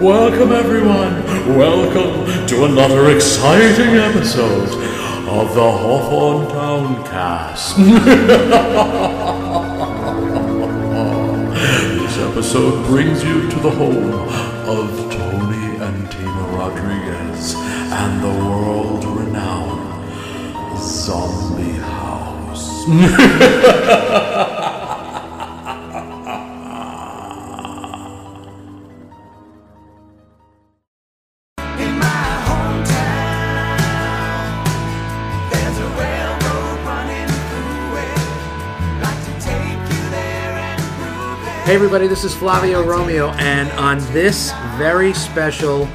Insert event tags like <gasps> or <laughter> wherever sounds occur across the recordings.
Welcome, everyone. Welcome to another exciting episode of the Hawthorne Town Cast. <laughs> this episode brings you to the home of Tony and Tina Rodriguez and the world renowned Zombie House. In my hometown, there's a railroad running through it. Like to take you there and prove it. Hey everybody, this is Flavio Romeo, and on this very special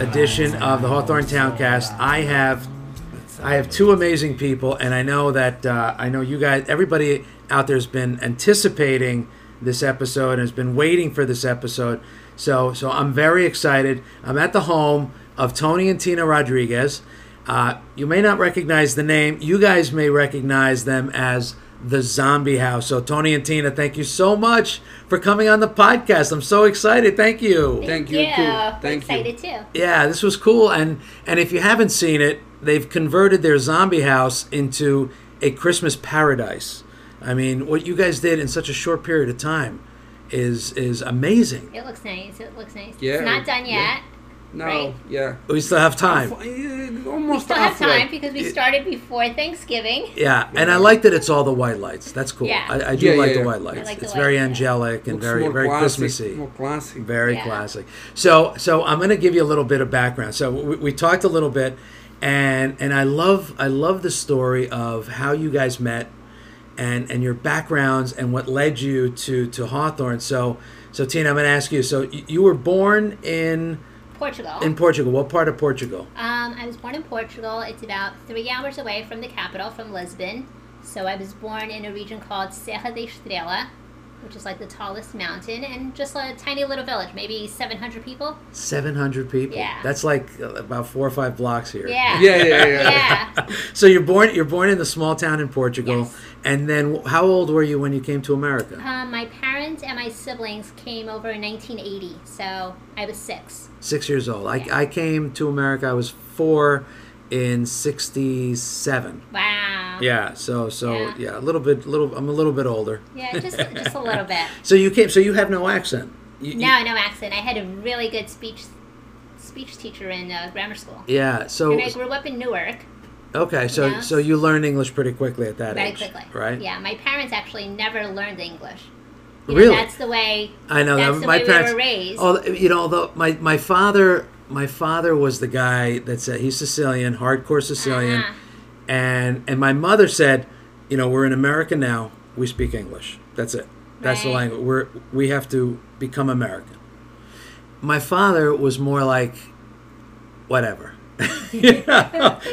edition of the Hawthorne Towncast, I have I have two amazing people, and I know that uh, I know you guys, everybody out there has been anticipating this episode and has been waiting for this episode. So, so I'm very excited. I'm at the home of Tony and Tina Rodriguez. Uh, you may not recognize the name. You guys may recognize them as the Zombie House. So, Tony and Tina, thank you so much for coming on the podcast. I'm so excited. Thank you. Thank you, Yeah, too. I'm Thank you. excited too. Yeah, this was cool. And and if you haven't seen it, they've converted their zombie house into a Christmas paradise. I mean, what you guys did in such a short period of time is is amazing. It looks nice. It looks nice. Yeah, it's not done yeah. yet. No, Right. yeah. We still have time. F- eh, Almost Still have halfway. time because we started before Thanksgiving. Yeah, and I like that it's all the white lights. That's cool. Yeah. I, I do Yeah, yeah, like yeah. the white lights. like the it's white very lights, yeah. angelic and Looks very more very classy, Christmassy. More classy. Very Yeah. classic. So, so I'm going to give you a little bit of background. So we, we talked a little bit, and and I love I love the story of how you guys met, and and your backgrounds and what led you to to Hawthorne. So, so Tina, I'm going to ask you. So y- you were born in Portugal. in Portugal. What part of Portugal? um, I was born in Portugal. It's about three hours away from the capital, from Lisbon. So I was born in a region called Serra da Estrela, which is like the tallest mountain, and just a tiny little village, maybe 700 people. Seven hundred people. Yeah. That's like uh, about four or five blocks here. Yeah. Yeah, yeah, yeah. Yeah. So you're born you're born in the small town in Portugal, Yes. and then wh- how old were you when you came to America? um, my parents and my siblings came over in 1980, so I was six. six years old. I, I came to America. I was four in '67. Wow. Yeah. So so yeah. Yeah. a little bit little. I'm a little bit older. Yeah, just just a little bit. So you came. So you have no accent. You, No, no accent. I had a really good speech speech teacher in uh, grammar school, you- yeah. So and I grew up in Newark okay. So Yeah. so you learned English pretty quickly at that very age, quickly. right? Yeah, my parents actually never learned English. You know, Really? that's the way. I know That's that the my way we were parents. raised. Oh, you know, although my my father, my father was the guy that said he's Sicilian, hardcore Sicilian, Ah. and and my mother said, you know, we're in America now. We speak English. That's it. That's the Right. language. We're we have to become American. My father was more like, whatever. <laughs>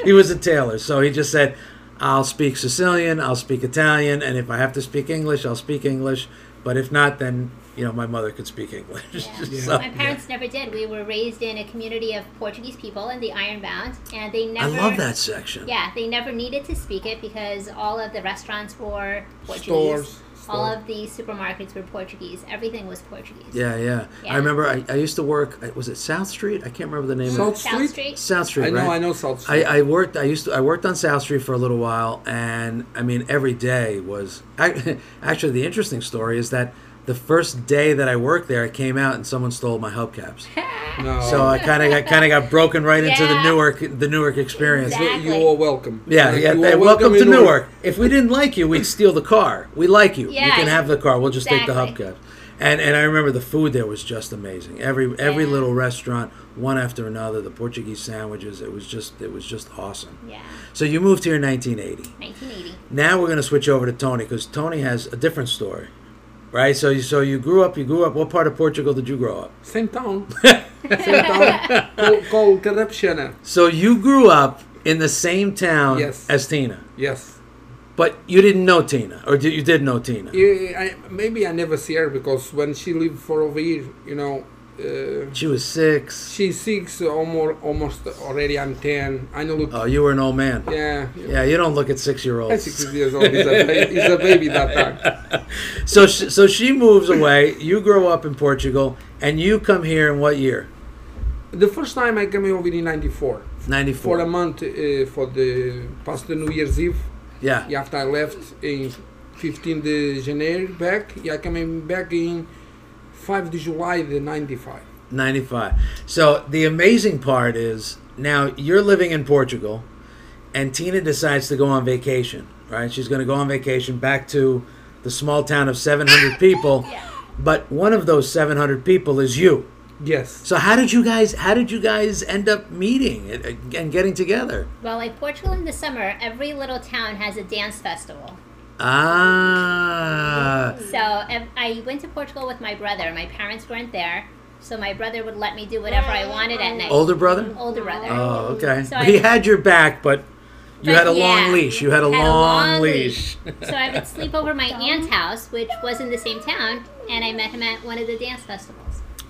he was a tailor, so he just said, "I'll speak Sicilian, I'll speak Italian, and if I have to speak English, I'll speak English. But if not, then you know my mother could speak English." <laughs> So- My parents never did. We were raised in a community of Portuguese people in the Iron Bound, and they I never. love that section. Yeah, they never needed to speak it because all of the restaurants were Portuguese. Stores, All store. of the supermarkets were Portuguese. Everything was Portuguese. yeah, yeah. I Yeah. remember I, I used to work. I- Was it South Street? I can't remember the name South of Street? South Street. it. South Street. I know, right? I know South Street. I, I worked. I used to. I worked on South Street for a little while, and I mean, every day was ac- <laughs> actually the interesting story is that the first day that I worked there, I came out and someone stole my <laughs> hubcaps. no. So I kind of got kind of got broken right into the Yeah. Newark the Newark experience. Exactly. you are welcome. Yeah, Like, yeah. you hey, are welcome to in Newark. If we didn't like you, we'd steal the car. We like you. you Yeah, can have the car. We'll just take exactly. the hubcaps. And and I remember the food there was just amazing. Every every Yeah. little restaurant, one after another, the Portuguese sandwiches. It was just it was just awesome. Yeah, So you moved here in 1980. 1980. Now we're going to switch over to Tony because Tony has a different story, right? So you so you grew up. You grew up. What part of Portugal did you grow up? Same <laughs> town. Same town. Called, called Corruption. So you grew up in the same town Yes. as Tina, Yes. but you didn't know Tina, or did, you did know Tina? Eh, I, maybe I never see her because when she lived for over here, you know, uh, she was six. she's six, almost, almost already I'm 10. I know, look. oh, you were an old man. yeah. Yeah, you don't look at I'm six-year-olds. 60 years old. He's a, ba- he's a baby that time. So, she, so she moves away. You grow up in Portugal, and you come here in what year? the first time I came over in '94 94. for a month uh, for the past the New Year's Eve. yeah. Yeah, after I left in 15 de January back, yeah, I came back in 5 de July the 95. 95. So the amazing part is now you're living in Portugal and Tina decides to go on vacation, right? She's going to go on vacation back to the small town of 700 people, <laughs> Yeah. but one of those 700 people is you. Yes. So how did you guys how did you guys end up meeting and and getting together? Well, like Portugal in the summer, every little town has a dance festival. Ah. So ev- I went to Portugal with my brother. My parents weren't there, so my brother would let me do whatever I wanted at night. Older brother? Older brother. Oh, okay. So I- he had your back, but you But had a long yeah, leash. You had a had a long, long leash. So I would sleep over my aunt's house, which was in the same town, and I met him at one of the dance festivals.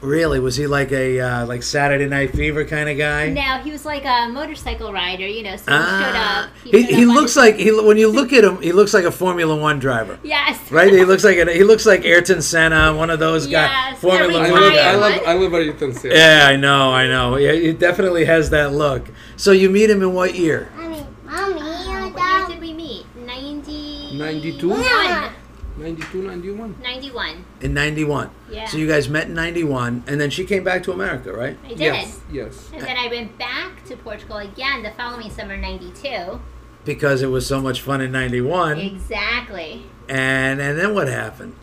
Really? Was he like a uh, like Saturday Night Fever kind of guy? Now he was like a motorcycle rider, you know. So Ah, he showed he, up. showed he up on looks his- like he when you look at him, he looks like a Formula One driver, yes, right? <laughs> He looks like an, he looks like Ayrton Senna, one of those guys. Yes, Formula every I One. time. love, Hi, I guy. love, I love Ayrton Senna. Yeah, I know, I know. Yeah, he definitely has that look. So you meet him in what year? Mommy, mommy, Uh, you what year don't. did we meet? 90... 92? One. 92, 91. 91. In '91. Yeah. So you guys met in '91, and then she came back to America, right? I did. Yes, yes. And then I went back to Portugal again the following summer, 92. Because it was so much fun in '91. <laughs> Exactly. And and then what happened?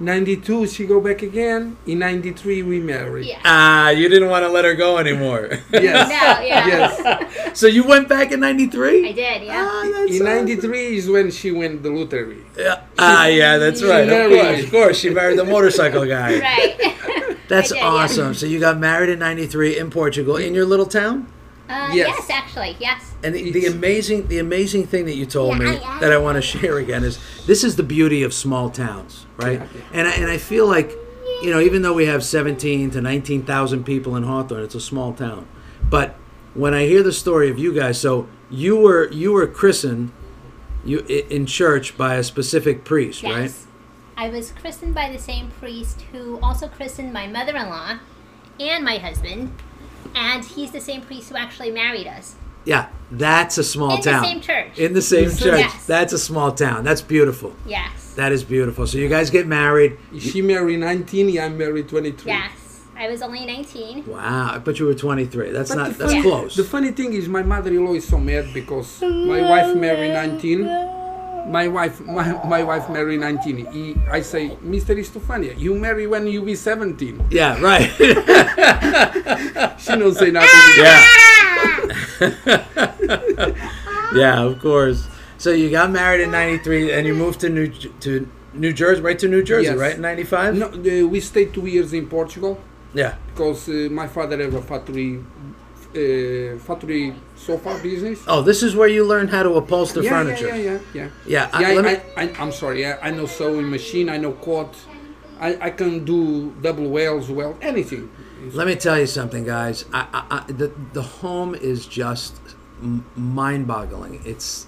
92, she go back again. In 93, we married. Yeah. Ah, you didn't want to let her go anymore. Yes. No, <laughs> yeah. Yes. so you went back in '93. I did, yeah. Ah, that's In awesome. 93 is when she went the lottery. Yeah. Ah, yeah, that's she right. Of married. course, of course. She married the motorcycle guy. <laughs> Right. <laughs> That's I did, yeah. awesome. So you got married in '93 in Portugal, in your little town. Uh, Yes. yes. actually, yes. And the, the amazing, the amazing thing that you told Yeah, me I- I- that I want to share again is this is the beauty of small towns, right? And I, and I feel like, you know, even though we have 17 to 19 thousand people in Hawthorne, it's a small town. But when I hear the story of you guys, so you were you were christened, you i- in church by a specific priest, Yes. right? I was christened by the same priest who also christened my mother in law and my husband. And he's the same priest who actually married us. Yeah, that's a small In the town. same church. In the same church. Yes. That's a small town. That's beautiful. Yes. That is beautiful. So you guys get married. She married 19, I'm married 23. yes. I was only 19. Wow, but you were 23. That's But not the that's funny- close. The funny thing is, my mother-in-law is so mad because my wife married 19. My wife, my, my wife married 19. He, I say, Mr. Estefania, you marry when you be 17. yeah, <laughs> right. <laughs> She don't say nothing. yeah. yeah, of course. So you got married in 93 and you moved to New to New Jersey, right to New Jersey, Yes. right? 95? No, uh, we stayed two years in Portugal Yeah. because uh, my father have a factory, uh, factory sofa business. Oh, this is where you learned how to upholster yeah, furniture. Yeah, yeah, yeah, Yeah, I- yeah. I, let me- I, I, am sorry. I, I know sewing machine. I know cord. I, I can do double wells, well, anything. Let me tell you something, guys. I, I, I, the the home is just m- mind-boggling. It's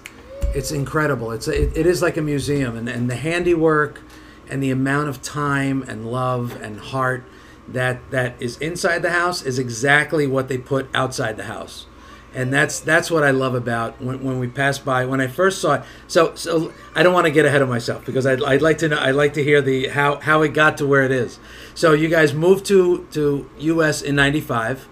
it's incredible. It's it, it is like a museum, and, and the handiwork, and the amount of time and love and heart that that is inside the house is exactly what they put outside the house, and that's that's what I love about when, when we passed by when I first saw it. So so I don't want to get ahead of myself because I'd, I'd like to know I'd like to hear the how how it got to where it is. So you guys moved to to U.S. in '95.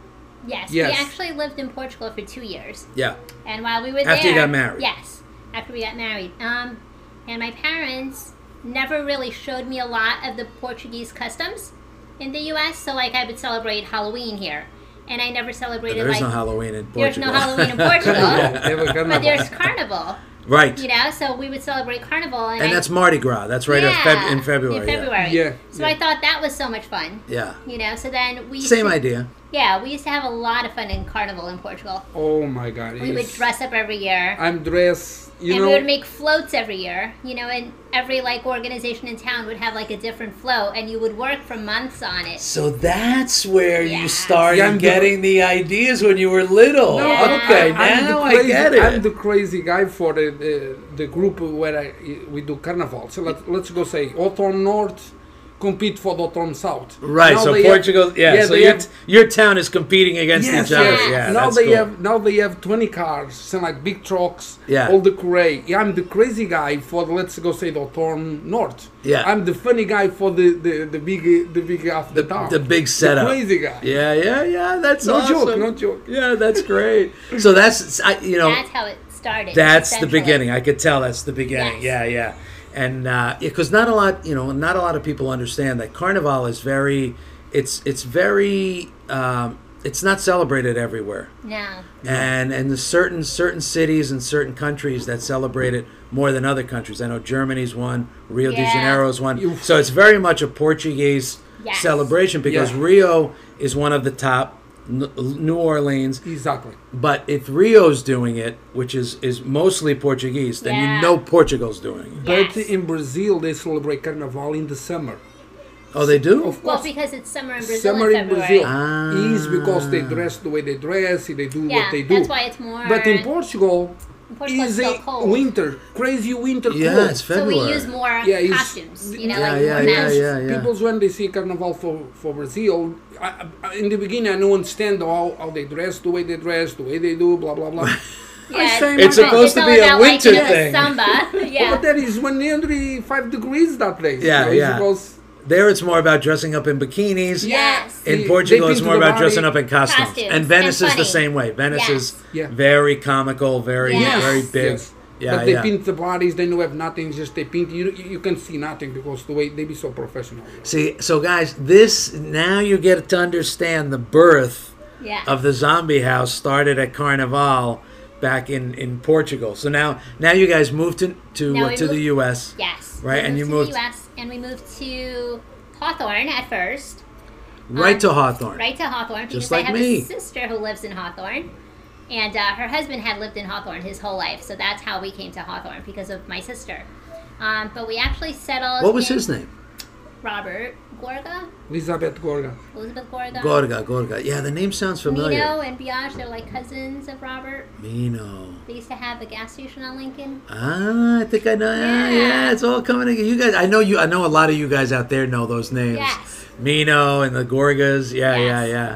Yes. Yes. We actually lived in Portugal for two years. Yeah. And while we were there, After you got married. yes, after we got married, um, and my parents never really showed me a lot of the Portuguese customs in the U.S. So like I would celebrate Halloween here, and I never celebrated There is like no Halloween in Portugal. there's no Halloween <laughs> in Portugal, They were gonna- but there's Carnival, right. you know. So we would celebrate Carnival, and, And I, that's Mardi Gras. That's right yeah, in, Feb- in February. In yeah. February, Yeah, So yeah. I thought that was so much fun. Yeah. You know, so then we used Same to- idea. Yeah, we used to have a lot of fun in Carnival in Portugal. Oh my God! We would yes. dress up every year. I'm dressed. You and know. we would make floats every year, you know, and every like organization in town would have like a different float, and you would work for months on it. So that's where you Yes. started Yeah, I'm getting the ideas when you were little. No, Yeah. I'm- Okay, I'm now the I crazy, get it. I'm the crazy guy for the the, the group where I, we do carnival. So let, let's go say Autumn North, compete for the Tom South. Right, Now so they have- Portugal, yeah, so they your, have- your town is competing against Yes, each other. yes. Yeah, now that's they cool. have now they have 20 cars and like big trucks. Yeah. All the cray. I'm the crazy guy for let's go say the Torn North. Yeah. I'm the funny guy for the the, the big the big half the, town. the big setup. crazy guy. Yeah, yeah, yeah. That's No awesome. joke, no joke. Yeah, that's great. so that's I, you know That's how it started. that's the essentially. beginning. I could tell that's the beginning. Yes. Yeah, yeah, and uh, because not a lot, you know, not a lot of people understand that Carnival is very, it's it's very, um, it's not celebrated everywhere, No. and and the certain certain cities and certain countries that celebrate it more than other countries. I know Germany's one, Rio de Yeah. Janeiro's one, You- so it's very much a Portuguese Yes. celebration because Yeah. Rio is one of the top. N- New Orleans, Exactly. but if Rio's doing it, which is is mostly Portuguese, then you Yeah. know Portugal's doing it. Yes. But in Brazil they celebrate Carnival in the summer. Oh, they do. Of Well, course. because it's summer in Brazil. Summer in February. Brazil Ah. is because they dress the way they dress, they do Yeah, what they do. that's why it's more- But in Portugal, Portugal, is it's so a cold. winter, crazy winter yeah, cold. it's So February. we use more Yeah, it's- costumes, you know, Yeah, like yeah, more yeah, masks. yeah. People's when they see Carnival for, for Brazil, I, I, in the beginning I don't understand how, how they dress, the way they dress, the way they do, blah blah <laughs> blah. Yeah, say it's It's all supposed to about, be a like, winter you know, thing. <laughs> Samba, <laughs> But yeah. there is 105 degrees that place. Yeah, you know, it's yeah. Because there, it's more about dressing up in bikinis. Yes. In they- Portugal, they it's paint more the about body- dressing up in costumes. Costumes, And Venice and is the funny. same way. Venice is Yes. Yeah. very comical, very Yes. very big. Yes. Yeah, but they yeah. paint the bodies. They don't have nothing. Just they paint. You you can see nothing because the way they be so professional. See, so guys, this now you get to understand the birth Yeah. of the zombie house started at Carnival back in in Portugal. So now now you guys moved to to Now uh, we to the moved- U.S. Yes. Right, We and you to moved- the U.S. and we moved to Hawthorne at first, right to Hawthorne. Um, right to Hawthorne, because Just I like have me. a sister who lives in Hawthorne, and uh, her husband had lived in Hawthorne his whole life, so that's how we came to Hawthorne because of my sister. Um, but we actually settled. What was in his name? Robert Gorga, Elizabeth Gorga. Elizabeth Gorga. Gorga, Gorga. Yeah, the name sounds Mino familiar. and Biage, they're like cousins of Robert. Mino. They used to have a gas station on Lincoln. Ah, I think I know. Yeah, Yeah. yeah, it's all coming together. You guys, I know you. I know a lot of you guys out there know those names. Yes. Mino and the Gorgas. Yeah, Yes. yeah,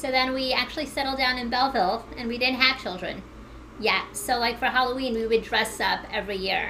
So then we actually settled down in Belleville and we didn't have children yet. So, like for Halloween, we would dress up every year.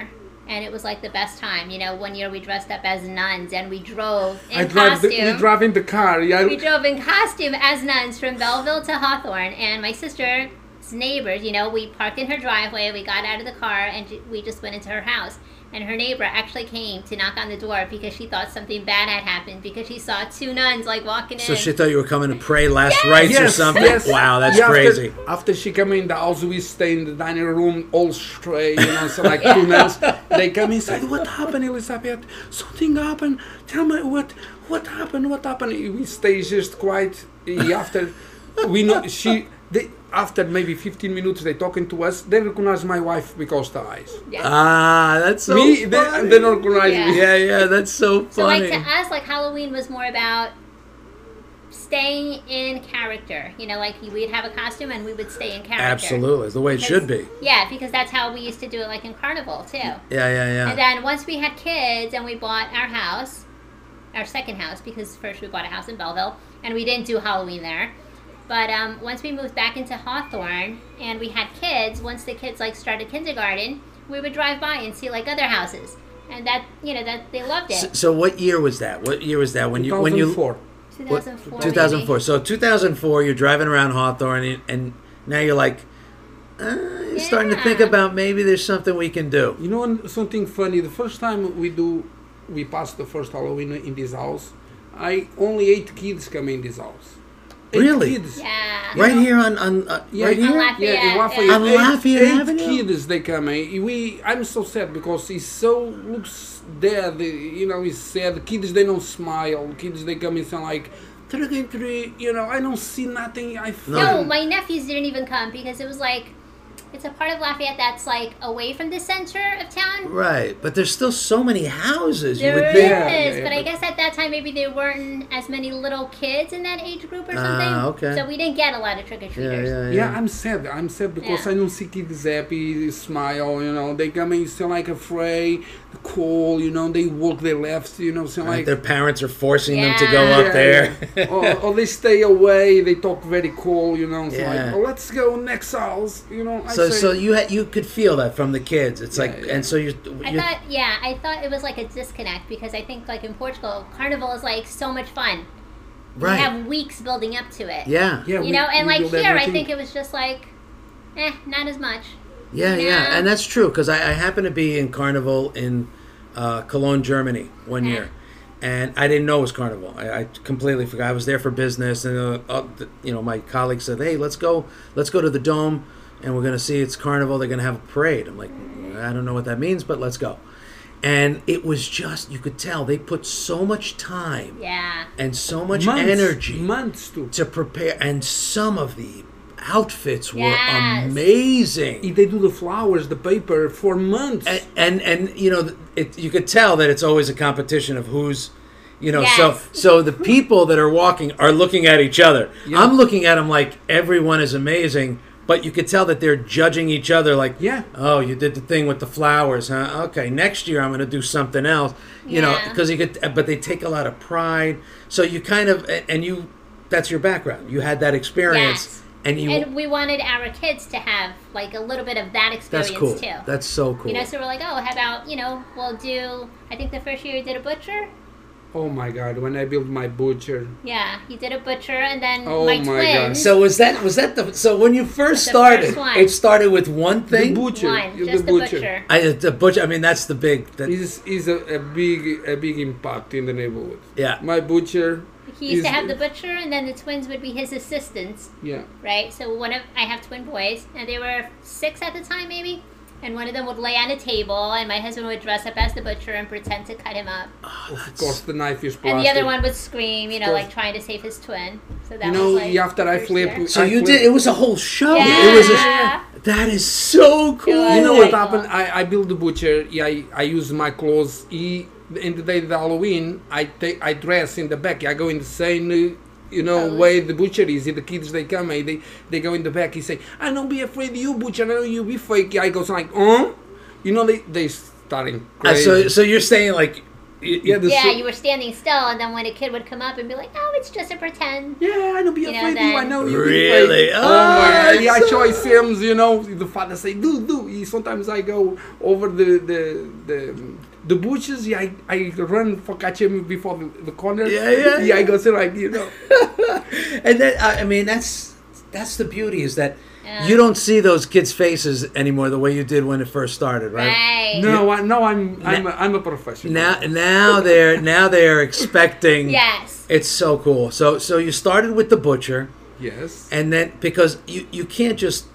And it was like the best time. You know, one year we dressed up as nuns and we drove in I drive. costume. The, you drive in the car. Yeah. we drove in costume as nuns from Belleville to Hawthorne. And my sister's neighbors, you know, we parked in her driveway, we got out of the car, and ju- we just went into her house. And her neighbor actually came to knock on the door because she thought something bad had happened because she saw two nuns like walking yeah. So in. she thought you were coming to pray last rites or something. Wow, that's Yeah, after- crazy. After, she came in the house, we stay in the dining room, all straight, you know, so like <laughs> two months. They come inside. What happened, Elizabeth? Something happened. Tell me what what happened. What happened? We stay just quiet. eh, After we know she. They, after maybe 15 minutes, they talking to us. They recognize my wife because the eyes. Yes. Ah, that's so Me, they, funny. they don't recognize Yeah. me. yeah, yeah, that's so So funny. like to us, like Halloween was more about staying in character. You know, like we'd have a costume and we would stay in character. Absolutely, the way it should be. Yeah, because that's how we used to do it, like in Carnival too. Yeah, yeah, And yeah. then once we had kids and we bought our house, our second house, because first we bought a house in Belleville and we didn't do Halloween there. But um, once we moved back into Hawthorne and we had kids, once the kids like started kindergarten, we would drive by and see like other houses, and that you know that they loved it. So, so what year was that? What year was that when you when you 2004. 2004. maybe. 2004. So 2004, you're driving around Hawthorne, and, and now you're like, uh, you're starting to think Yeah. about maybe there's something we can do. You know and something funny? The first time we do, we pass the first Halloween in this house. I only eight kids come in this house. Eight Really? Kids. Yeah. Right here on on uh, Yeah, right yeah, here. Lafayette, yeah, in yeah. Lafayette. On Eight- Lafayette eight Avenue? kids they come. in. We, I'm so sad because he so looks dead. You know, he's sad. Kids they don't smile. Kids they come in and like trick and treat. You know, I don't see nothing. I feel No, my nephews didn't even come because it was like, it It's a part of Lafayette that's like away from the center of town. Right, but there's still so many houses. You There would is, think. Yeah, yeah, but I but- guess at that time maybe there weren't as many little kids in that age group or something. Ah, okay. So we didn't get a lot of trick or Yeah, treaters. yeah, Yeah, I'm sad. I'm sad because Yeah. I don't see kids happy, smile, you know. They come in still like afraid, cool, you know. They walk their left, you know, so Like like. Oh, their parents are forcing them to go Yeah. up there. <laughs> or, or they stay away. They talk very cool, you know. So Yeah. like, oh, let's go next house, you know. I so, say, so you had you could feel that from the kids. It's like, yeah. and so you're. I you're thought, yeah, I thought it was like a disconnect because I think, like in Portugal, carnival is like so much fun. right. We have weeks building up to it. yeah. Yeah. we- You know, and we like build here, I everything. think it was just like, eh, not as much. Yeah, yeah, Yeah. and that's true because I, I happened to be in Carnival in uh, Cologne, Germany, one Okay. year, and I didn't know it was Carnival. I, I completely forgot. I was there for business, and uh, uh, th- you know, my colleague said, "Hey, let's go, let's go to the Dome, and we're gonna see it's Carnival. They're gonna have a parade." I'm like, "Mm, "I don't know what that means, but let's go." And it was just you could tell they put so much time Yeah. and so much months, energy months too. to prepare, and some of the outfits Yes. were amazing. If They do the flowers, the paper for months. and and, and you know th- it, you could tell that it's always a competition of who's you know so Yes. so the people that are walking are looking at each other i'm looking at them like everyone is amazing but you could tell that they're judging each other like Yeah. oh you did the thing with the flowers huh okay next year i'm going to do something else you know Yeah. because you could but they take a lot of pride so you kind of a- and you that's your background you had that experience Yes. and you And we wanted our kids to have like a little bit of that experience that's cool too. that's so cool you know, so we're like, oh, how about you know, we'll do. I think the first year you did a butcher. oh my god! When I built my butcher, Yeah, you did a butcher, and then Oh my, my God. twins. So was that was that the so when you first The started first one. it started with one the thing butcher, one, the just the butcher. butcher. I the butcher I mean that's the big that, is is a, a big a big impact in the neighborhood. Yeah. My butcher. He used is- to have the butcher, and then the twins would be his assistants, Yeah. right? So one of I have twin boys, and they were six at the time, maybe. And one of them would lay on a table, and my husband would dress up as the butcher and pretend to cut him up, Of course, the knife is plastic. and the other one would scream, you know, course. like trying to save his twin. So that You know, was like after I first flip. year. So I you flip- did it was a whole show. Yeah. Oh, It was a that is so cool. You know Yeah. what happened? I, I built the butcher. Yeah, I, I use my clothes. He, in the day of Halloween, I take I dress in the back. I go in the same, uh, you know, way the butcher is. The kids they come, eh, they they go in the back. He say, "I don't be afraid you butcher. I know you be fake." I goes like, "Huh?" You know, they they starting Uh, crazy. so so you're saying like y- yeah, y- the Yeah, so- you were standing still, and then when a kid would come up and be like, "Oh, it's just a pretend." Yeah, I don't be You know, afraid you. I then- know you. Really? Oh, Ah, my God. Yeah, I so- show Sims, you know, the father say, do, do. He, sometimes I go over the, the, the, the bushes. Yeah, I, I run for catch him before the, the corner. Yeah, yeah, Yeah, yeah. I go, so like, you <laughs> know. <laughs> and that I I mean that's that's the beauty is that Yeah. you don't see those kids' faces anymore the way you did when it first started, right? Right. No, I, no, I'm, I'm, a, I'm a professional. Now now they're now they're expecting Yes. It's so cool. So so you started with the butcher. Yes. and then because you you can't just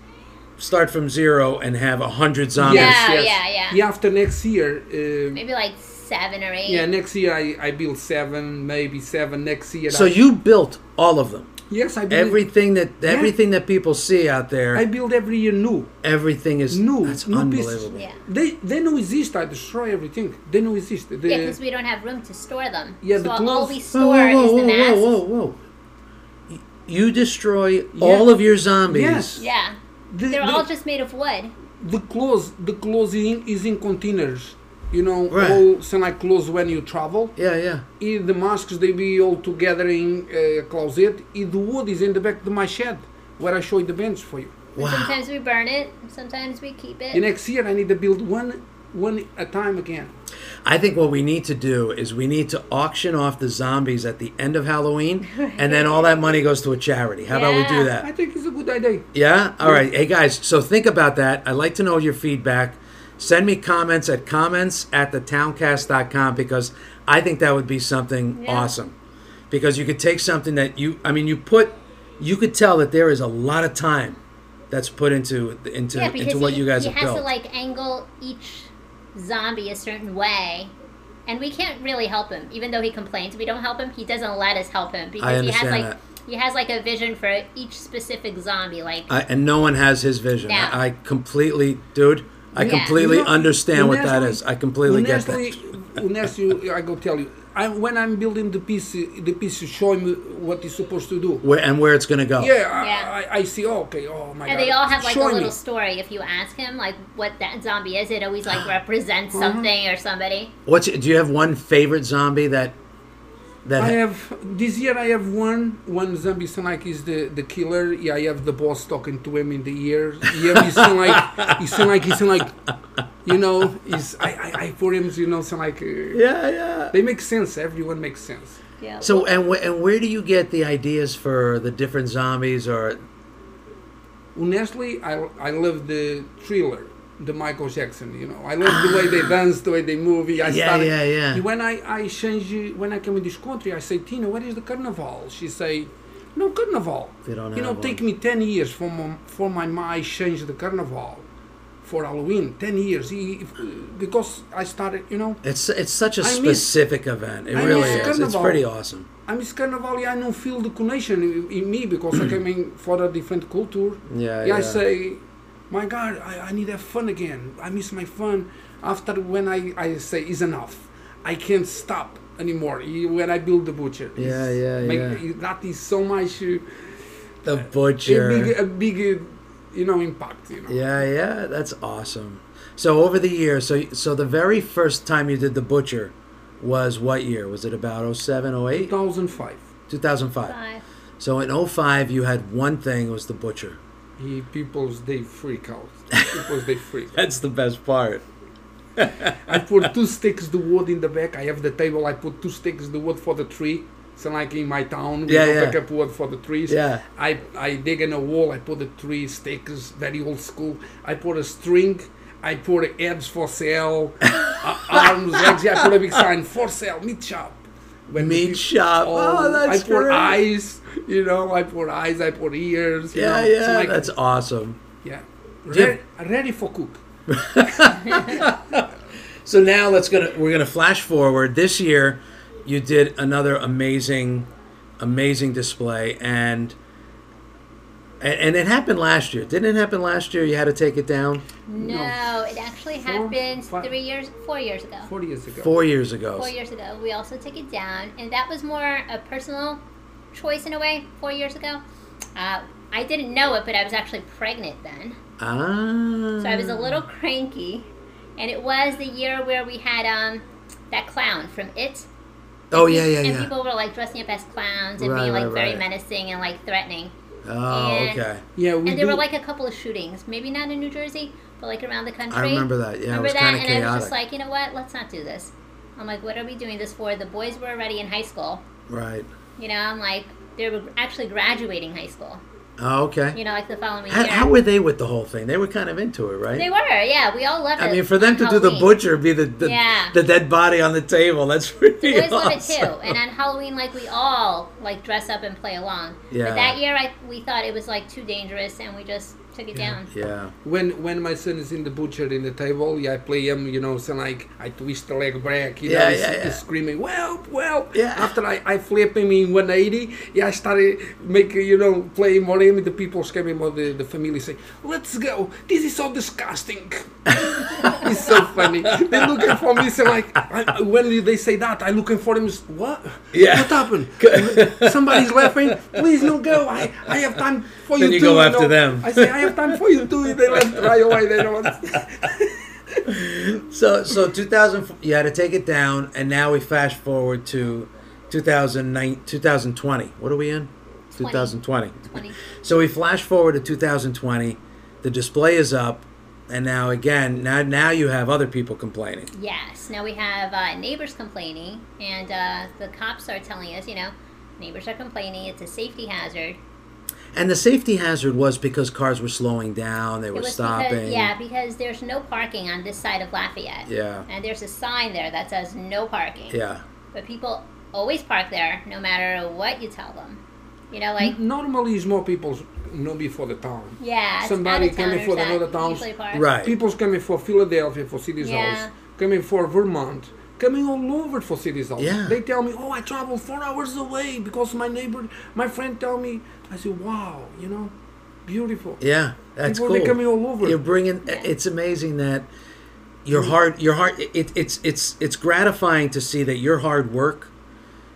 start from zero and have a hundred zombies. Yeah. yeah. Yeah, after next year, uh, Maybe like seven or eight. yeah, next year I, I build seven, maybe seven next year. So I, you built all of them. yes, I build, Everything that everything that people see out there, Mm-hmm. I build every year new. everything is No, That's no pieces. unbelievable. Yeah. They they don't exist. I destroy everything. They don't exist. The, Yeah, because we don't have room to store them. Yeah, so the all clothes- we Whoa, store whoa, is whoa, the mask. whoa, whoa, whoa! Y- You destroy all of your zombies. Yes. Yeah, the, they're the, all just made of wood. the clothes. The clothes in, is in containers. You know, Right. all some like clothes when you travel. Yeah, yeah. Eh, the masks they be all together in a closet. Eh, the wood is in the back of my shed where I show you the bench for you. And Sometimes we burn it. Sometimes we keep it. The next year I need to build one one a time again. I think what we need to do is we need to auction off the zombies at the end of Halloween, and then all that money goes to a charity. How about we do Yeah. that? I think it's a good idea. Yeah. All right. Hey guys. So think about that. I'd like to know your feedback. Send me comments at comments at thetowncast.com because I think that would be something Yeah. awesome. Because you could take something that you, I mean, you put, you could tell that there is a lot of time that's put into into yeah, because into what he, you guys he have has built. to like angle each zombie a certain way. And we can't really help him, even though he complains. We don't help him. He doesn't let us help him because he has understand like that. He has like a vision for each specific zombie. Like I, and no one has his vision. No. I, I completely, dude. I Yeah. completely You know, understand what that honestly- is. I completely get honestly, that. honestly, I go tell you, I, when I'm building the piece, the piece show me what it's supposed to do. Where, and where it's gonna go. Yeah, Yeah. I, I, I see. Oh, okay. Oh my and god. they all have like Show a little me. story. If you ask him like what that zombie is, it always <gasps> like represents Mm-hmm. something or somebody. What's do you have one favorite zombie that that I have this year. I have one one zombie. Sound like is the the killer. Yeah, I have the boss talking to him in the ear. Yeah, he sound like he sound like he sound like, you know, he's I I, I for him. You know, sound like uh, Yeah, yeah. they make sense. Everyone makes sense. Yeah. So and wh- and where do you get the ideas for the different zombies or Honestly, I I love the thriller, the Michael Jackson. You know, I love the way they dance, the way they move. I Ah. Yeah, started, yeah, yeah. When I I change when I came in this country, I say Tina, where is the carnival? She say, no carnival. They don't you know, have take one. me ten years for my, for my mind change the carnival, for Halloween. Ten years, He- if- because I started. You know, it's it's such a I miss- specific event. It I really miss is. It's Carnival. pretty awesome. I miss carnival. Yeah, I don't feel the connection in, in me because I came <clears throat> in for a different culture. Yeah, I yeah. say, my God, I, I need to have fun again. I miss my fun. After when I, I say is enough, I can't stop anymore. You- When I build the butcher, Yeah, It's- yeah, my- yeah. That is so much uh, The a butcher. big, a big, uh, you know, impact. You know. Yeah, yeah, that's awesome. So over the years, so so the very first time you did the butcher was what year? Was it about 07, 08? 2005, 2005. Five. So in 05 you had one thing was the butcher. he, people's they freak out. <laughs> People's they freak. That's the best part. I put two sticks the wood in the back. I have the table. I put two sticks the wood for the tree. So like in my town, we Yeah, don't yeah. pick up wood for the trees. Yeah. I I dig in a wall. I put the three sticks, very old school. I put a string. I put herbs for <laughs> sale, uh, arms, eggs. Yeah, I put a big sign for sale, meat shop. When the Meat peop- shop. Oh, that's I put great. eyes. You know, I put eyes. I put ears. You Yeah, know, yeah, so like, that's awesome. yeah. Did- Ready, ready for cook. So now let's gonna we're gonna flash forward. This year, you did another amazing, amazing display, and and, and it happened last year. Didn't it happen last year? You had to take it down No, it actually Four, happened five- three years, four years ago. Forty years ago. four years ago. four years ago. We also took it down, and that was more a personal choice in a way. Four years ago, uh, I didn't know it, but I was actually pregnant then, Ah. so I was a little cranky. And it was the year where we had um, that clown from It. Oh yeah, yeah, And yeah. people were like dressing up as clowns and Right, being like right, very right. menacing and like threatening. Oh, and- okay. Yeah, we and there were do- like a couple of shootings, maybe not in New Jersey, but like around the country. I remember that. Yeah, Remember it was that? kind And of I was chaotic. just like, you know what? Let's not do this. I'm like, what are we doing this for? The boys were already in high school. right. You know, I'm like, they were actually graduating high school. Oh, okay. You know, like the following how, year. how were they with the whole thing? They were kind of into it, right? they were, yeah. We all loved it. I mean, for them on to do the Halloween. butcher, be the the, Yeah. the dead body on the table. That's <laughs> pretty The boys love awesome. it too. And on Halloween, like we all like dress up and play along. Yeah. But that year, I we thought it was like too dangerous, and we just took it down. Yeah. When when my son is in the butcher in the table, yeah, I play him, you know, so like I twist the leg back, you Yeah, know, he's, yeah, yeah. he's screaming, well, well. Yeah. After I, I flip him in 180, yeah, I started make you know play more him. The people scare him, or the the family say, let's go. This is so disgusting. <laughs> it's so funny. They're looking for me, so like I, when they say that, i looking for him. What? Yeah. What <laughs> happened? Somebody's laughing. Please no go. I I have time for Then you. you too, go after know. them. I say I have time for you too. They <laughs> left right away. They don't. <laughs> Want So so 2000 you had to take it down and now we fast forward to 2009 2020. What are we in? 2020. Funny. So we flash forward to 2020. The display is up and now again now now you have other people complaining. Yes. Now we have uh, neighbors complaining, and uh, the cops are telling us, you know, neighbors are complaining. It's a safety hazard. And the safety hazard was because cars were slowing down, they were It was stopping. Because, yeah, because there's no parking on this side of Lafayette. Yeah. And there's a sign there that says no parking. Yeah. But people always park there, no matter what you tell them. You know, like Mm-hmm. Normally, it's more people know before the town. yeah, it's Somebody out-of-towners coming for that another town. usually park. Right. People's coming for Philadelphia for city's Yeah. house, coming for Vermont, coming all over for cities. also. Yeah. They tell me, oh, I travel four hours away because my neighbor, my friend tell me. I say, wow, you know, beautiful. Yeah, that's People, they cool. coming all over. Mm. You're bringing. It's amazing that your hard, your hard. It, it's it's it's gratifying to see that your hard work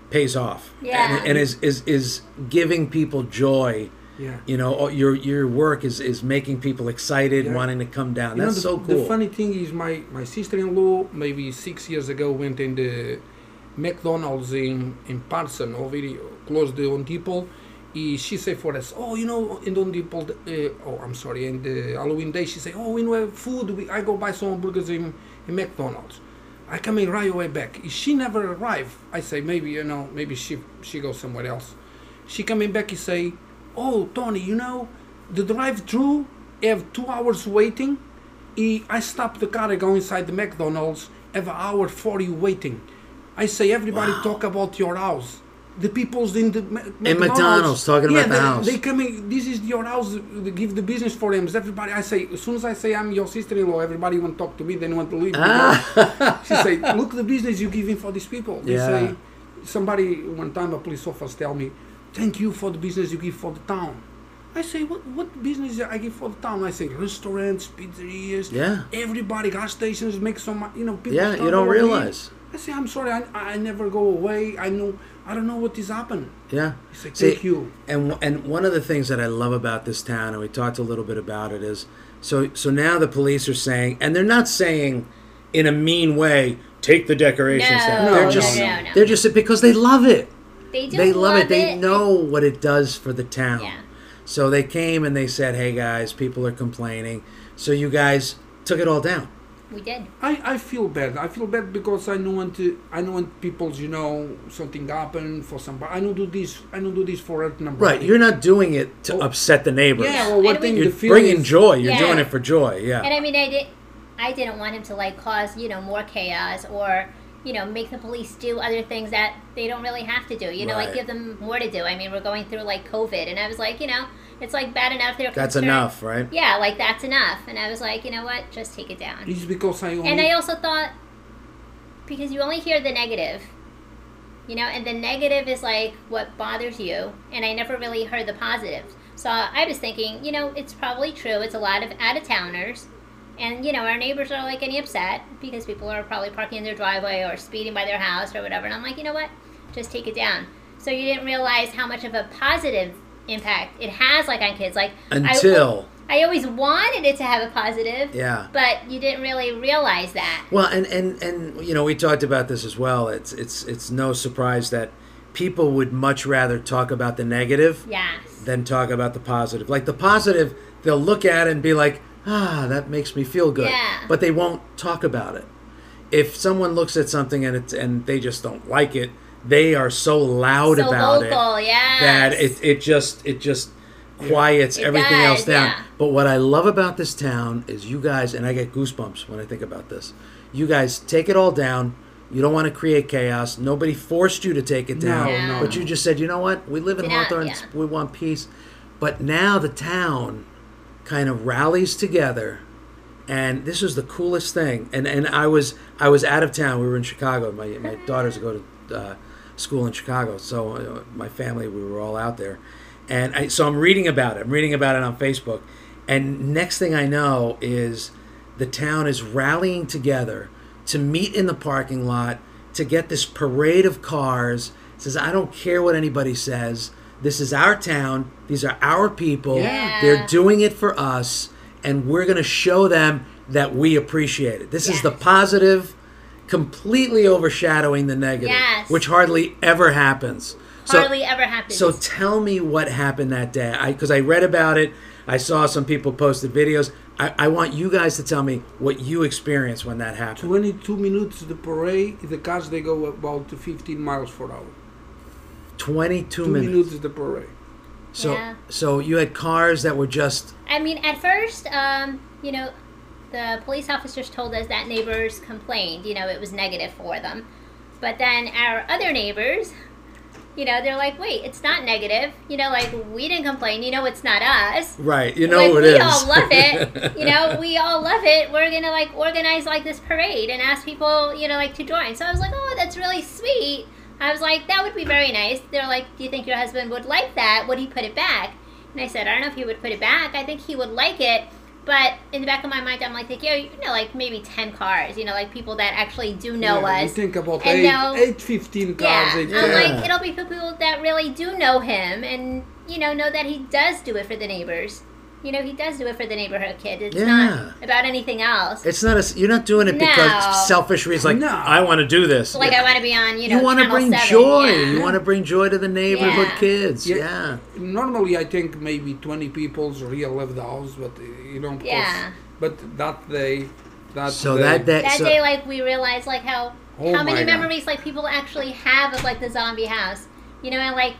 pays off. Yeah. And, and is is is giving people joy. Yeah. You know, all- your your work is is making people excited, Yeah. wanting to come down. You know, That's the, so the cool. funny thing is, my, my sister-in-law maybe six years ago went in the McDonald's in in Parson over here, close the Home Depot. He, she said for us, oh, you know, in the Home Depot, uh, oh, I'm sorry, in the Halloween day, she said, oh, we know have food. We, I go buy some hamburgers in, in McDonald's. I come in right away back. She never arrived. I say maybe you know, maybe she she goes somewhere else. She coming back. He say, oh, Tony, you know, the drive-through have two hours waiting. He, I stop the car, I go inside the McDonald's, have an hour for you waiting. I say, everybody talk about your house. The people's in the Ma- McDonald's talking yeah, about the they, house. They coming. This is your house. They give the business for them. Everybody, I say, as soon as I say I'm your sister-in-law, everybody want to talk to me. They don't want to leave. she say, look the business you giving for these people. They Ah. Yeah. say, somebody one time a police officer tell me, thank you for the business you give for the town. I say, what what business I give for the town? I say restaurants, pizzerias. Yeah. Everybody, gas stations make some. mon- You know, people. Yeah, you start don't going in. realize. I say, I'm sorry, I, I never go away. I know, I don't know what is happened. Yeah. It's like, See, thank you. And and one of the things that I love about this town, and we talked a little bit about it, is so so now the police are saying, and they're not saying in a mean way, take the decorations No, down. No, they're no, just no, no. they're just because they love it. They do They love, it. They know what it does for the town. Yeah. So they came and they said, "Hey guys, people are complaining." So you guys took it all down. We did. I, I feel bad. I feel bad because I don't want to, I don't want people, you know, something happen for somebody. I don't do this. I don't do this for earth number. Right. You're not doing it to Oh. upset the neighbors. Yeah. Well, one And thing we- You're the fear bringing is- joy. You're Yeah. doing it for joy. Yeah. And I mean, I did. I didn't want him to like cause you know more chaos or you know make the police do other things that they don't really have to do. You know, like Right. give them more to do. I mean, we're going through like COVID, and I was like, you know, it's like bad enough. They're That's concerned. enough, right? Yeah, like that's enough. And I was like, you know what? Just take it down. It's because I only. And I also thought because you only hear the negative, you know, and the negative is like what bothers you, and I never really heard the positives. So I was thinking, you know, it's probably true. It's a lot of out of towners, and you know, our neighbors are like any upset because people are probably parking in their driveway or speeding by their house or whatever. And I'm like, you know what? Just take it down. So you didn't realize how much of a positive impact it has, like on kids. Like I- Until- I, always wanted it to have a positive. Yeah. But you didn't really realize that. Well, and, and and you know, we talked about this as well. It's it's it's no surprise that people would much rather talk about the negative Yes. than talk about the positive. Like the positive, they'll look at it and be like, "Ah, that makes me feel good," Yeah. but they won't talk about it. If someone looks at something and it's and they just don't like it, they are so loud So about vocal, it yes. that it it just it just quiets It everything does, else down. yeah. But what I love about this town is you guys, and I get goosebumps when I think about this. You guys take it all down. You don't want to create chaos. Nobody forced you to take it No, down. no. But you just said, you know what? We live in Did not, Hawthorne. yeah. We want peace. But now the town kind of rallies together. And this was the coolest thing. And and I was I was out of town. We were in Chicago. My my daughters go to uh, school in Chicago. So uh, my family we were all out there. And I, so I'm reading about it. I'm reading about it on Facebook. And next thing I know is the town is rallying together to meet in the parking lot to get this parade of cars. It says, I don't care what anybody says. This is our town. These are our people. Yeah. They're doing it for us. And we're going to show them that we appreciate it. This is the Yes. positive, completely overshadowing the negative, Yes. which hardly ever happens. So- Hardly ever happens. so tell me what happened that day. I because I read about it. I saw some people posted videos. I, I want you guys to tell me what you experienced when that happened. 22 minutes the parade. The cars they go about 15 miles per hour. Twenty-two Two minutes. minutes the parade. So Yeah. so you had cars that were just I mean, at first, um, you know, the police officers told us that neighbors complained. You know, it was negative for them. But then our other neighbors You know, they're like, wait, it's not negative. You know, like we didn't complain. You know, it's not us. Right. You know like, what we it is. all love <laughs> it. You know, we all love it. We're gonna like organize like this parade and ask people, you know, like to join. So I was like, oh, that's really sweet. I was like, that would be very nice. They're like, do you think your husband would like that? Would he put it back? And I said, I don't know if he would put it back. I think he would like it. But in the back of my mind, I'm like, thinking, oh, you know, like maybe 10 cars, you know, like people that actually do know Yeah, you us. think about And eight, now- eight, 15 cars. Yeah, eight- I'm Yeah. like, it'll be for people that really do know him and, you know, know that he does do it for the neighbors. You know, he does do it for the neighborhood kid. It's not Yeah. about anything else. It's not a. s- You're not doing it No. because selfish reasons. Like No. I want to do this. like, I want to be on, you know, you want to Channel bring 7, joy. yeah. You want to bring joy to the neighborhood Yeah. kids. Yeah. Yeah. Normally, I think maybe 20 people's real left the house, but uh, you know, because- Yeah. But that day, that So day, that day. that so, day like we realized like how Oh how my many God. memories like people actually have of like the zombie house you know and like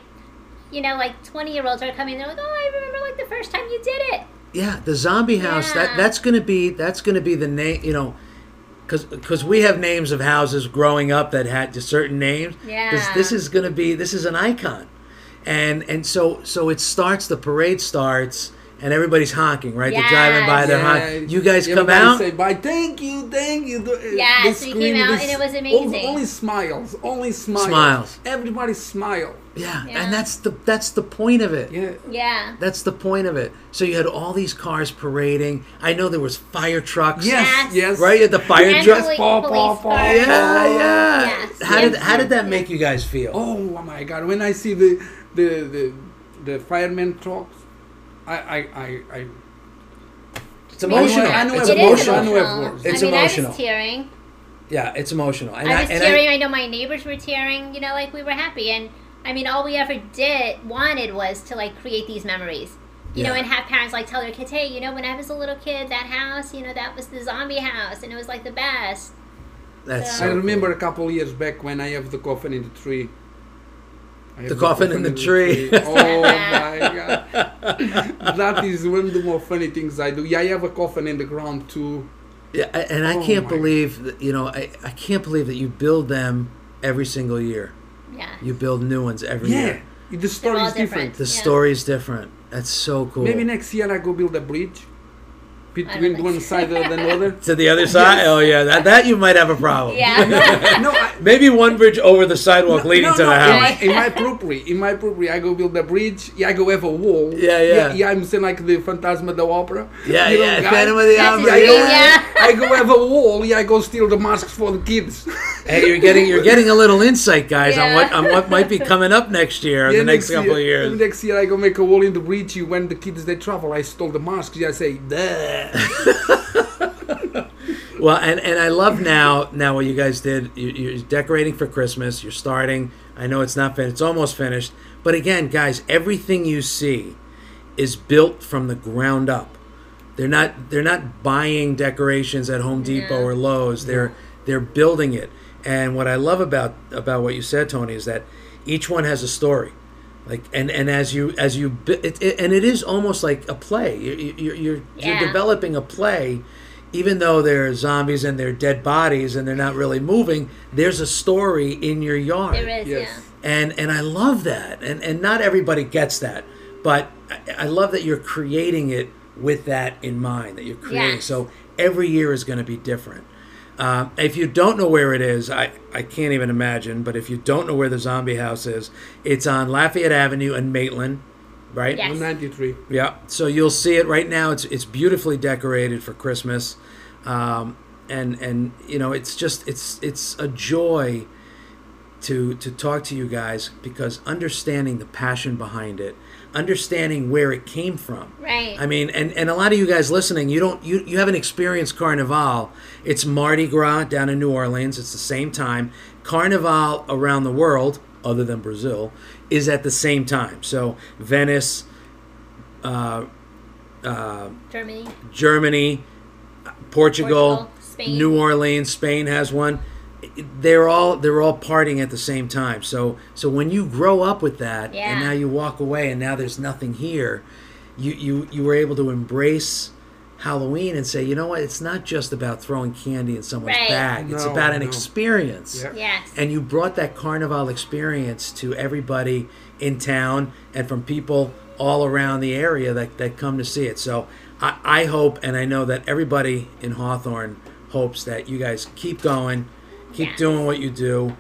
you know like 20 year olds are coming they're like oh i remember like the first time you did it Yeah, the zombie house. That Yeah. that's gonna be that's gonna be the name. You know, because we have names of houses growing up that had just certain names. 'Cause Yeah. This is gonna be this is an icon, and and so so it starts. The parade starts. And everybody's honking, right? They're driving by. Yes. They're Yeah, honking. You guys come everybody out. Say bye. Thank you. Thank you. The- uh, Yeah, the so we screen, came out this- and it was all- amazing. Only smiles. Only smiles. Smiles. Everybody smile. yeah, Yeah. and that's the that's the point of it. Yeah. yeah That's the point of it. So you had all these cars parading. I know there was fire trucks. Yes. Yes. Yes. Right at the fire And trucks. poli- Paw, paw, paw. police cars. Yeah, yeah. Yes, How yes, did how did yes, that make you guys feel? Oh my God! When I see the the the, the fireman trucks, I I I. I It's emotional. I know it's it It is emotional. emotional. I know it emotional. works. It's I mean, I emotional. was tearing. Yeah, it's emotional. And I was and tearing. I, know my neighbors were tearing. You know, like we were happy, and I mean, all we ever did wanted was to like create these memories. You know, Yeah. and have parents like tell their kids, "Hey, you know, when I was a little kid, that house, you know, that was the zombie house, and it was like the best." that's I so remember a couple years back when I have the coffin in the tree. I have The coffin in the tree. Oh my god! that is one of the more funny things I do. Yeah, I have a coffin in the ground too. Yeah, I- and I Oh can't my- believe that, you know I, I can't believe that you build them every single year. Yeah. You build new ones every Yeah, year. the story all is different. different. The Yeah. story's different. That's so cool. Maybe next year I go build a bridge between think one so. side and another. to the other side. Oh yeah, that that you might have a problem. <laughs> Yeah. No, I, Maybe one bridge over the sidewalk leading to the in house. my, in my property, in my property, I go build a bridge. Yeah, I go have a wall. Yeah, yeah. yeah. I'm saying like the Phantasma da Opera. Yeah, You know, yeah, guy. Phantom of the That's Opera. his I go, name, yeah. I go have a wall. Yeah, I go steal the masks for the <laughs> kids. Hey, you're getting you're getting a little insight, guys, on Yeah. what on what might be coming up next year, or Yeah, the next, couple year, of years. Next year, I go make a wall in the bridge. You When the kids they travel, I stole the masks. Yeah, I say, <laughs> duh. Well, and and I love now now what you guys did. You, you're decorating for Christmas. You're starting. I know it's not finished. It's almost finished. But again, guys, everything you see is built from the ground up. They're not they're not buying decorations at Home Depot or Lowe's. They're they're building it. And what I love about about what you said, Tony, is that each one has a story. Like and and as you as you bu- it, it, and it is almost like a play. You, you, you're you're, you're Yeah. developing a play, even though they're zombies and they're dead bodies and they're not really moving. There's a story in your yard there is. Yes. and and I love that, and and not everybody gets that, but I, I love that you're creating it with that in mind that you're creating. Yes. So every year is going to be different. Um, if you don't know where it is, I, I can't even imagine. But if you don't know where the zombie house is, it's on Lafayette Avenue in Maitland, right? Yes. 93. Yeah. So you'll see it right now. It's it's beautifully decorated for Christmas, um, and and you know it's just it's it's a joy to to talk to you guys because understanding the passion behind it, understanding where it came from. Right. I mean, and, and a lot of you guys listening, you don't you, you haven't experienced Carnival. It's Mardi Gras down in New Orleans. It's the same time. Carnival around the world, other than Brazil, is at the same time. So Venice, Germany. Germany, Portugal, Portugal, Spain. New Orleans, Spain has one. They're all they're all partying at the same time. So so when you grow up with that Yeah. and now you walk away and now there's nothing here, you you you were able to embrace Halloween and say, you know what, it's not just about throwing candy in someone's Right. bag. it's No, about an no. experience. Yeah. Yes. And you brought that carnival experience to everybody in town and from people all around the area that, that come to see it. So I, I hope and I know that everybody in Hawthorne hopes that you guys keep going, keep Yes. doing what you do.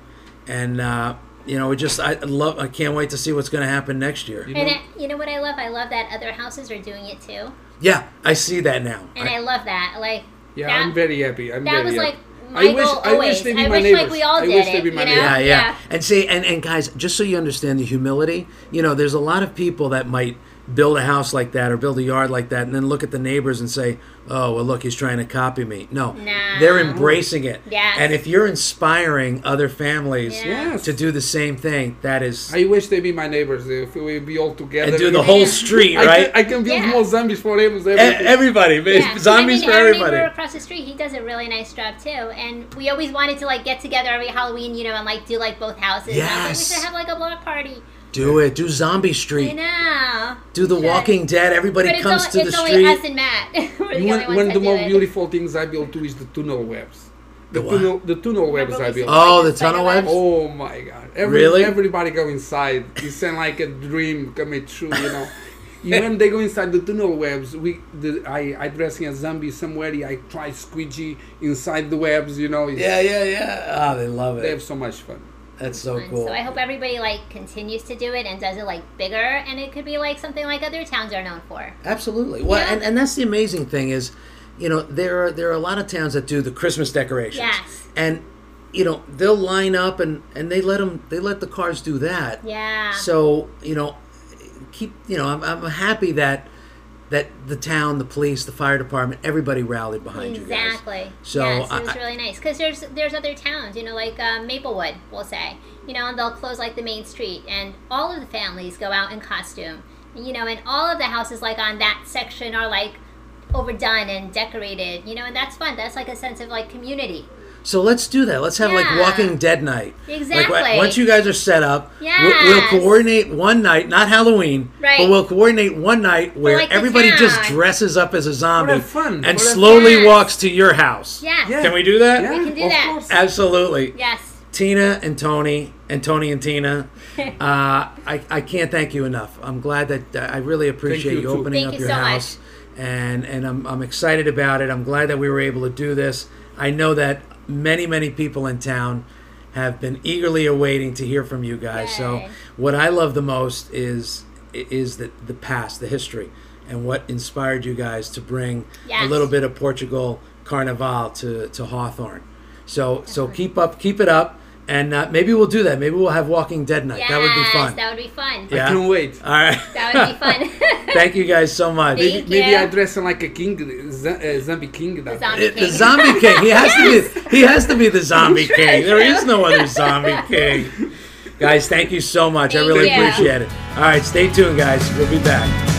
And, uh, you know, it just, I love, I can't wait to see what's going to happen next year. and I, you know what I love? I love that other houses are doing it too, Yeah, I see that now. and I, love that. Like Yeah, that, I'm very happy. I'm that very was happy. like my I wish, goal I always. wish they be I my wish neighbors. like we all I did wish it. they be you my know? neighbors. yeah, yeah, yeah. And see, and, and guys, just so you understand the humility, you know, there's a lot of people that might build a house like that or build a yard like that and then look at the neighbors and say, oh, well, look, he's trying to copy me. No. No. They're embracing it. Yes. And if you're inspiring other families Yeah. Yes. to do the same thing, that is. I wish they be my neighbors. If we be all together. and do the we- whole street, I can- right? I can build Yeah. more zombies for neighbors. E- everybody. Yeah, 'cause Zombies I mean, for our everybody. neighbor across the street, he does a really nice job too. And we always wanted to like get together every Halloween, you know, and like do like both houses. And I was like, Yes. we should have like a block party. Do it. Do Zombie I Street. know. Do the We should. Walking Dead. Everybody But it's, comes only, to the it's street. only us and Matt. <laughs> We're the only One, ones one that of the do more it. beautiful things I built too is the tunnel webs. The, what? tunnel, the tunnel webs Remember I we built. saw, Oh, the spider tunnel webs? webs? Oh my god! Every, Really? Everybody go inside. It sound like a dream coming true. You know. You- when they go inside the tunnel webs, we the, I I dressing as zombie somewhere. I try squeegee inside the webs. You know. It's- yeah, yeah, yeah. Oh, they love They have it. so much fun. That's so And cool. So I hope everybody like continues to do it and does it like bigger, and it could be like something like other towns are known for. Absolutely. Well, Yeah. and, and that's the amazing thing is, you know, there are there are a lot of towns that do the Christmas decorations. Yes. And you know, they'll line up and and they let them they let the cars do that. Yeah. So, you know, keep, you know, I'm I'm happy that that the town, the police, the fire department, everybody rallied behind you guys. Exactly. So yes, I- it was I- really nice because there's there's other towns, you know, like uh, Maplewood, we'll say, you know, and they'll close like the main street, and all of the families go out in costume, you know, and all of the houses like on that section are like overdone and decorated, you know, and that's fun. That's like a sense of like community. So let's do that. Let's have like Yeah. Walking Dead night. Like, Exactly. wh- once you guys are set up, we'll- Yes. we'll, coordinate one night, not Halloween, but Right. we'll coordinate one night where like the everybody just town. dresses up as a zombie What a fun- and what a- slowly Yes. walks to your house. Yes. Yeah. Can we do that? Yeah, can do of that. course. Absolutely. Yes. Tina and Tony and Tony and <laughs> Tina, uh, I, I can't thank you enough. I'm glad that uh, I really appreciate you, you, too. opening Thank up you your so much. house, and and I'm I'm excited about it. I'm glad that we were able to do this. I know that many many people in town have been eagerly awaiting to hear from you guys. So Yay. what I love the most is is the the past, the history, and what inspired you guys to bring a Yes. little bit of Portugal Carnival to to Hawthorne. So so keep up, keep it up, and uh, maybe we'll do that. Maybe we'll have Walking Dead night. that would be Yes, fun. That would be fun. Yeah. I can't wait. All right. <laughs> That would be fun. <laughs> Thank you guys so much. Thank It- Maybe Yeah. I dress like a king, z- uh, zombie king. That zombie. the King. zombie king. He has <laughs> to be. He has to be the zombie king. There is no other zombie <laughs> king. Guys, thank you so much. I Thank really you. appreciate it. All right, stay tuned, guys. We'll be back.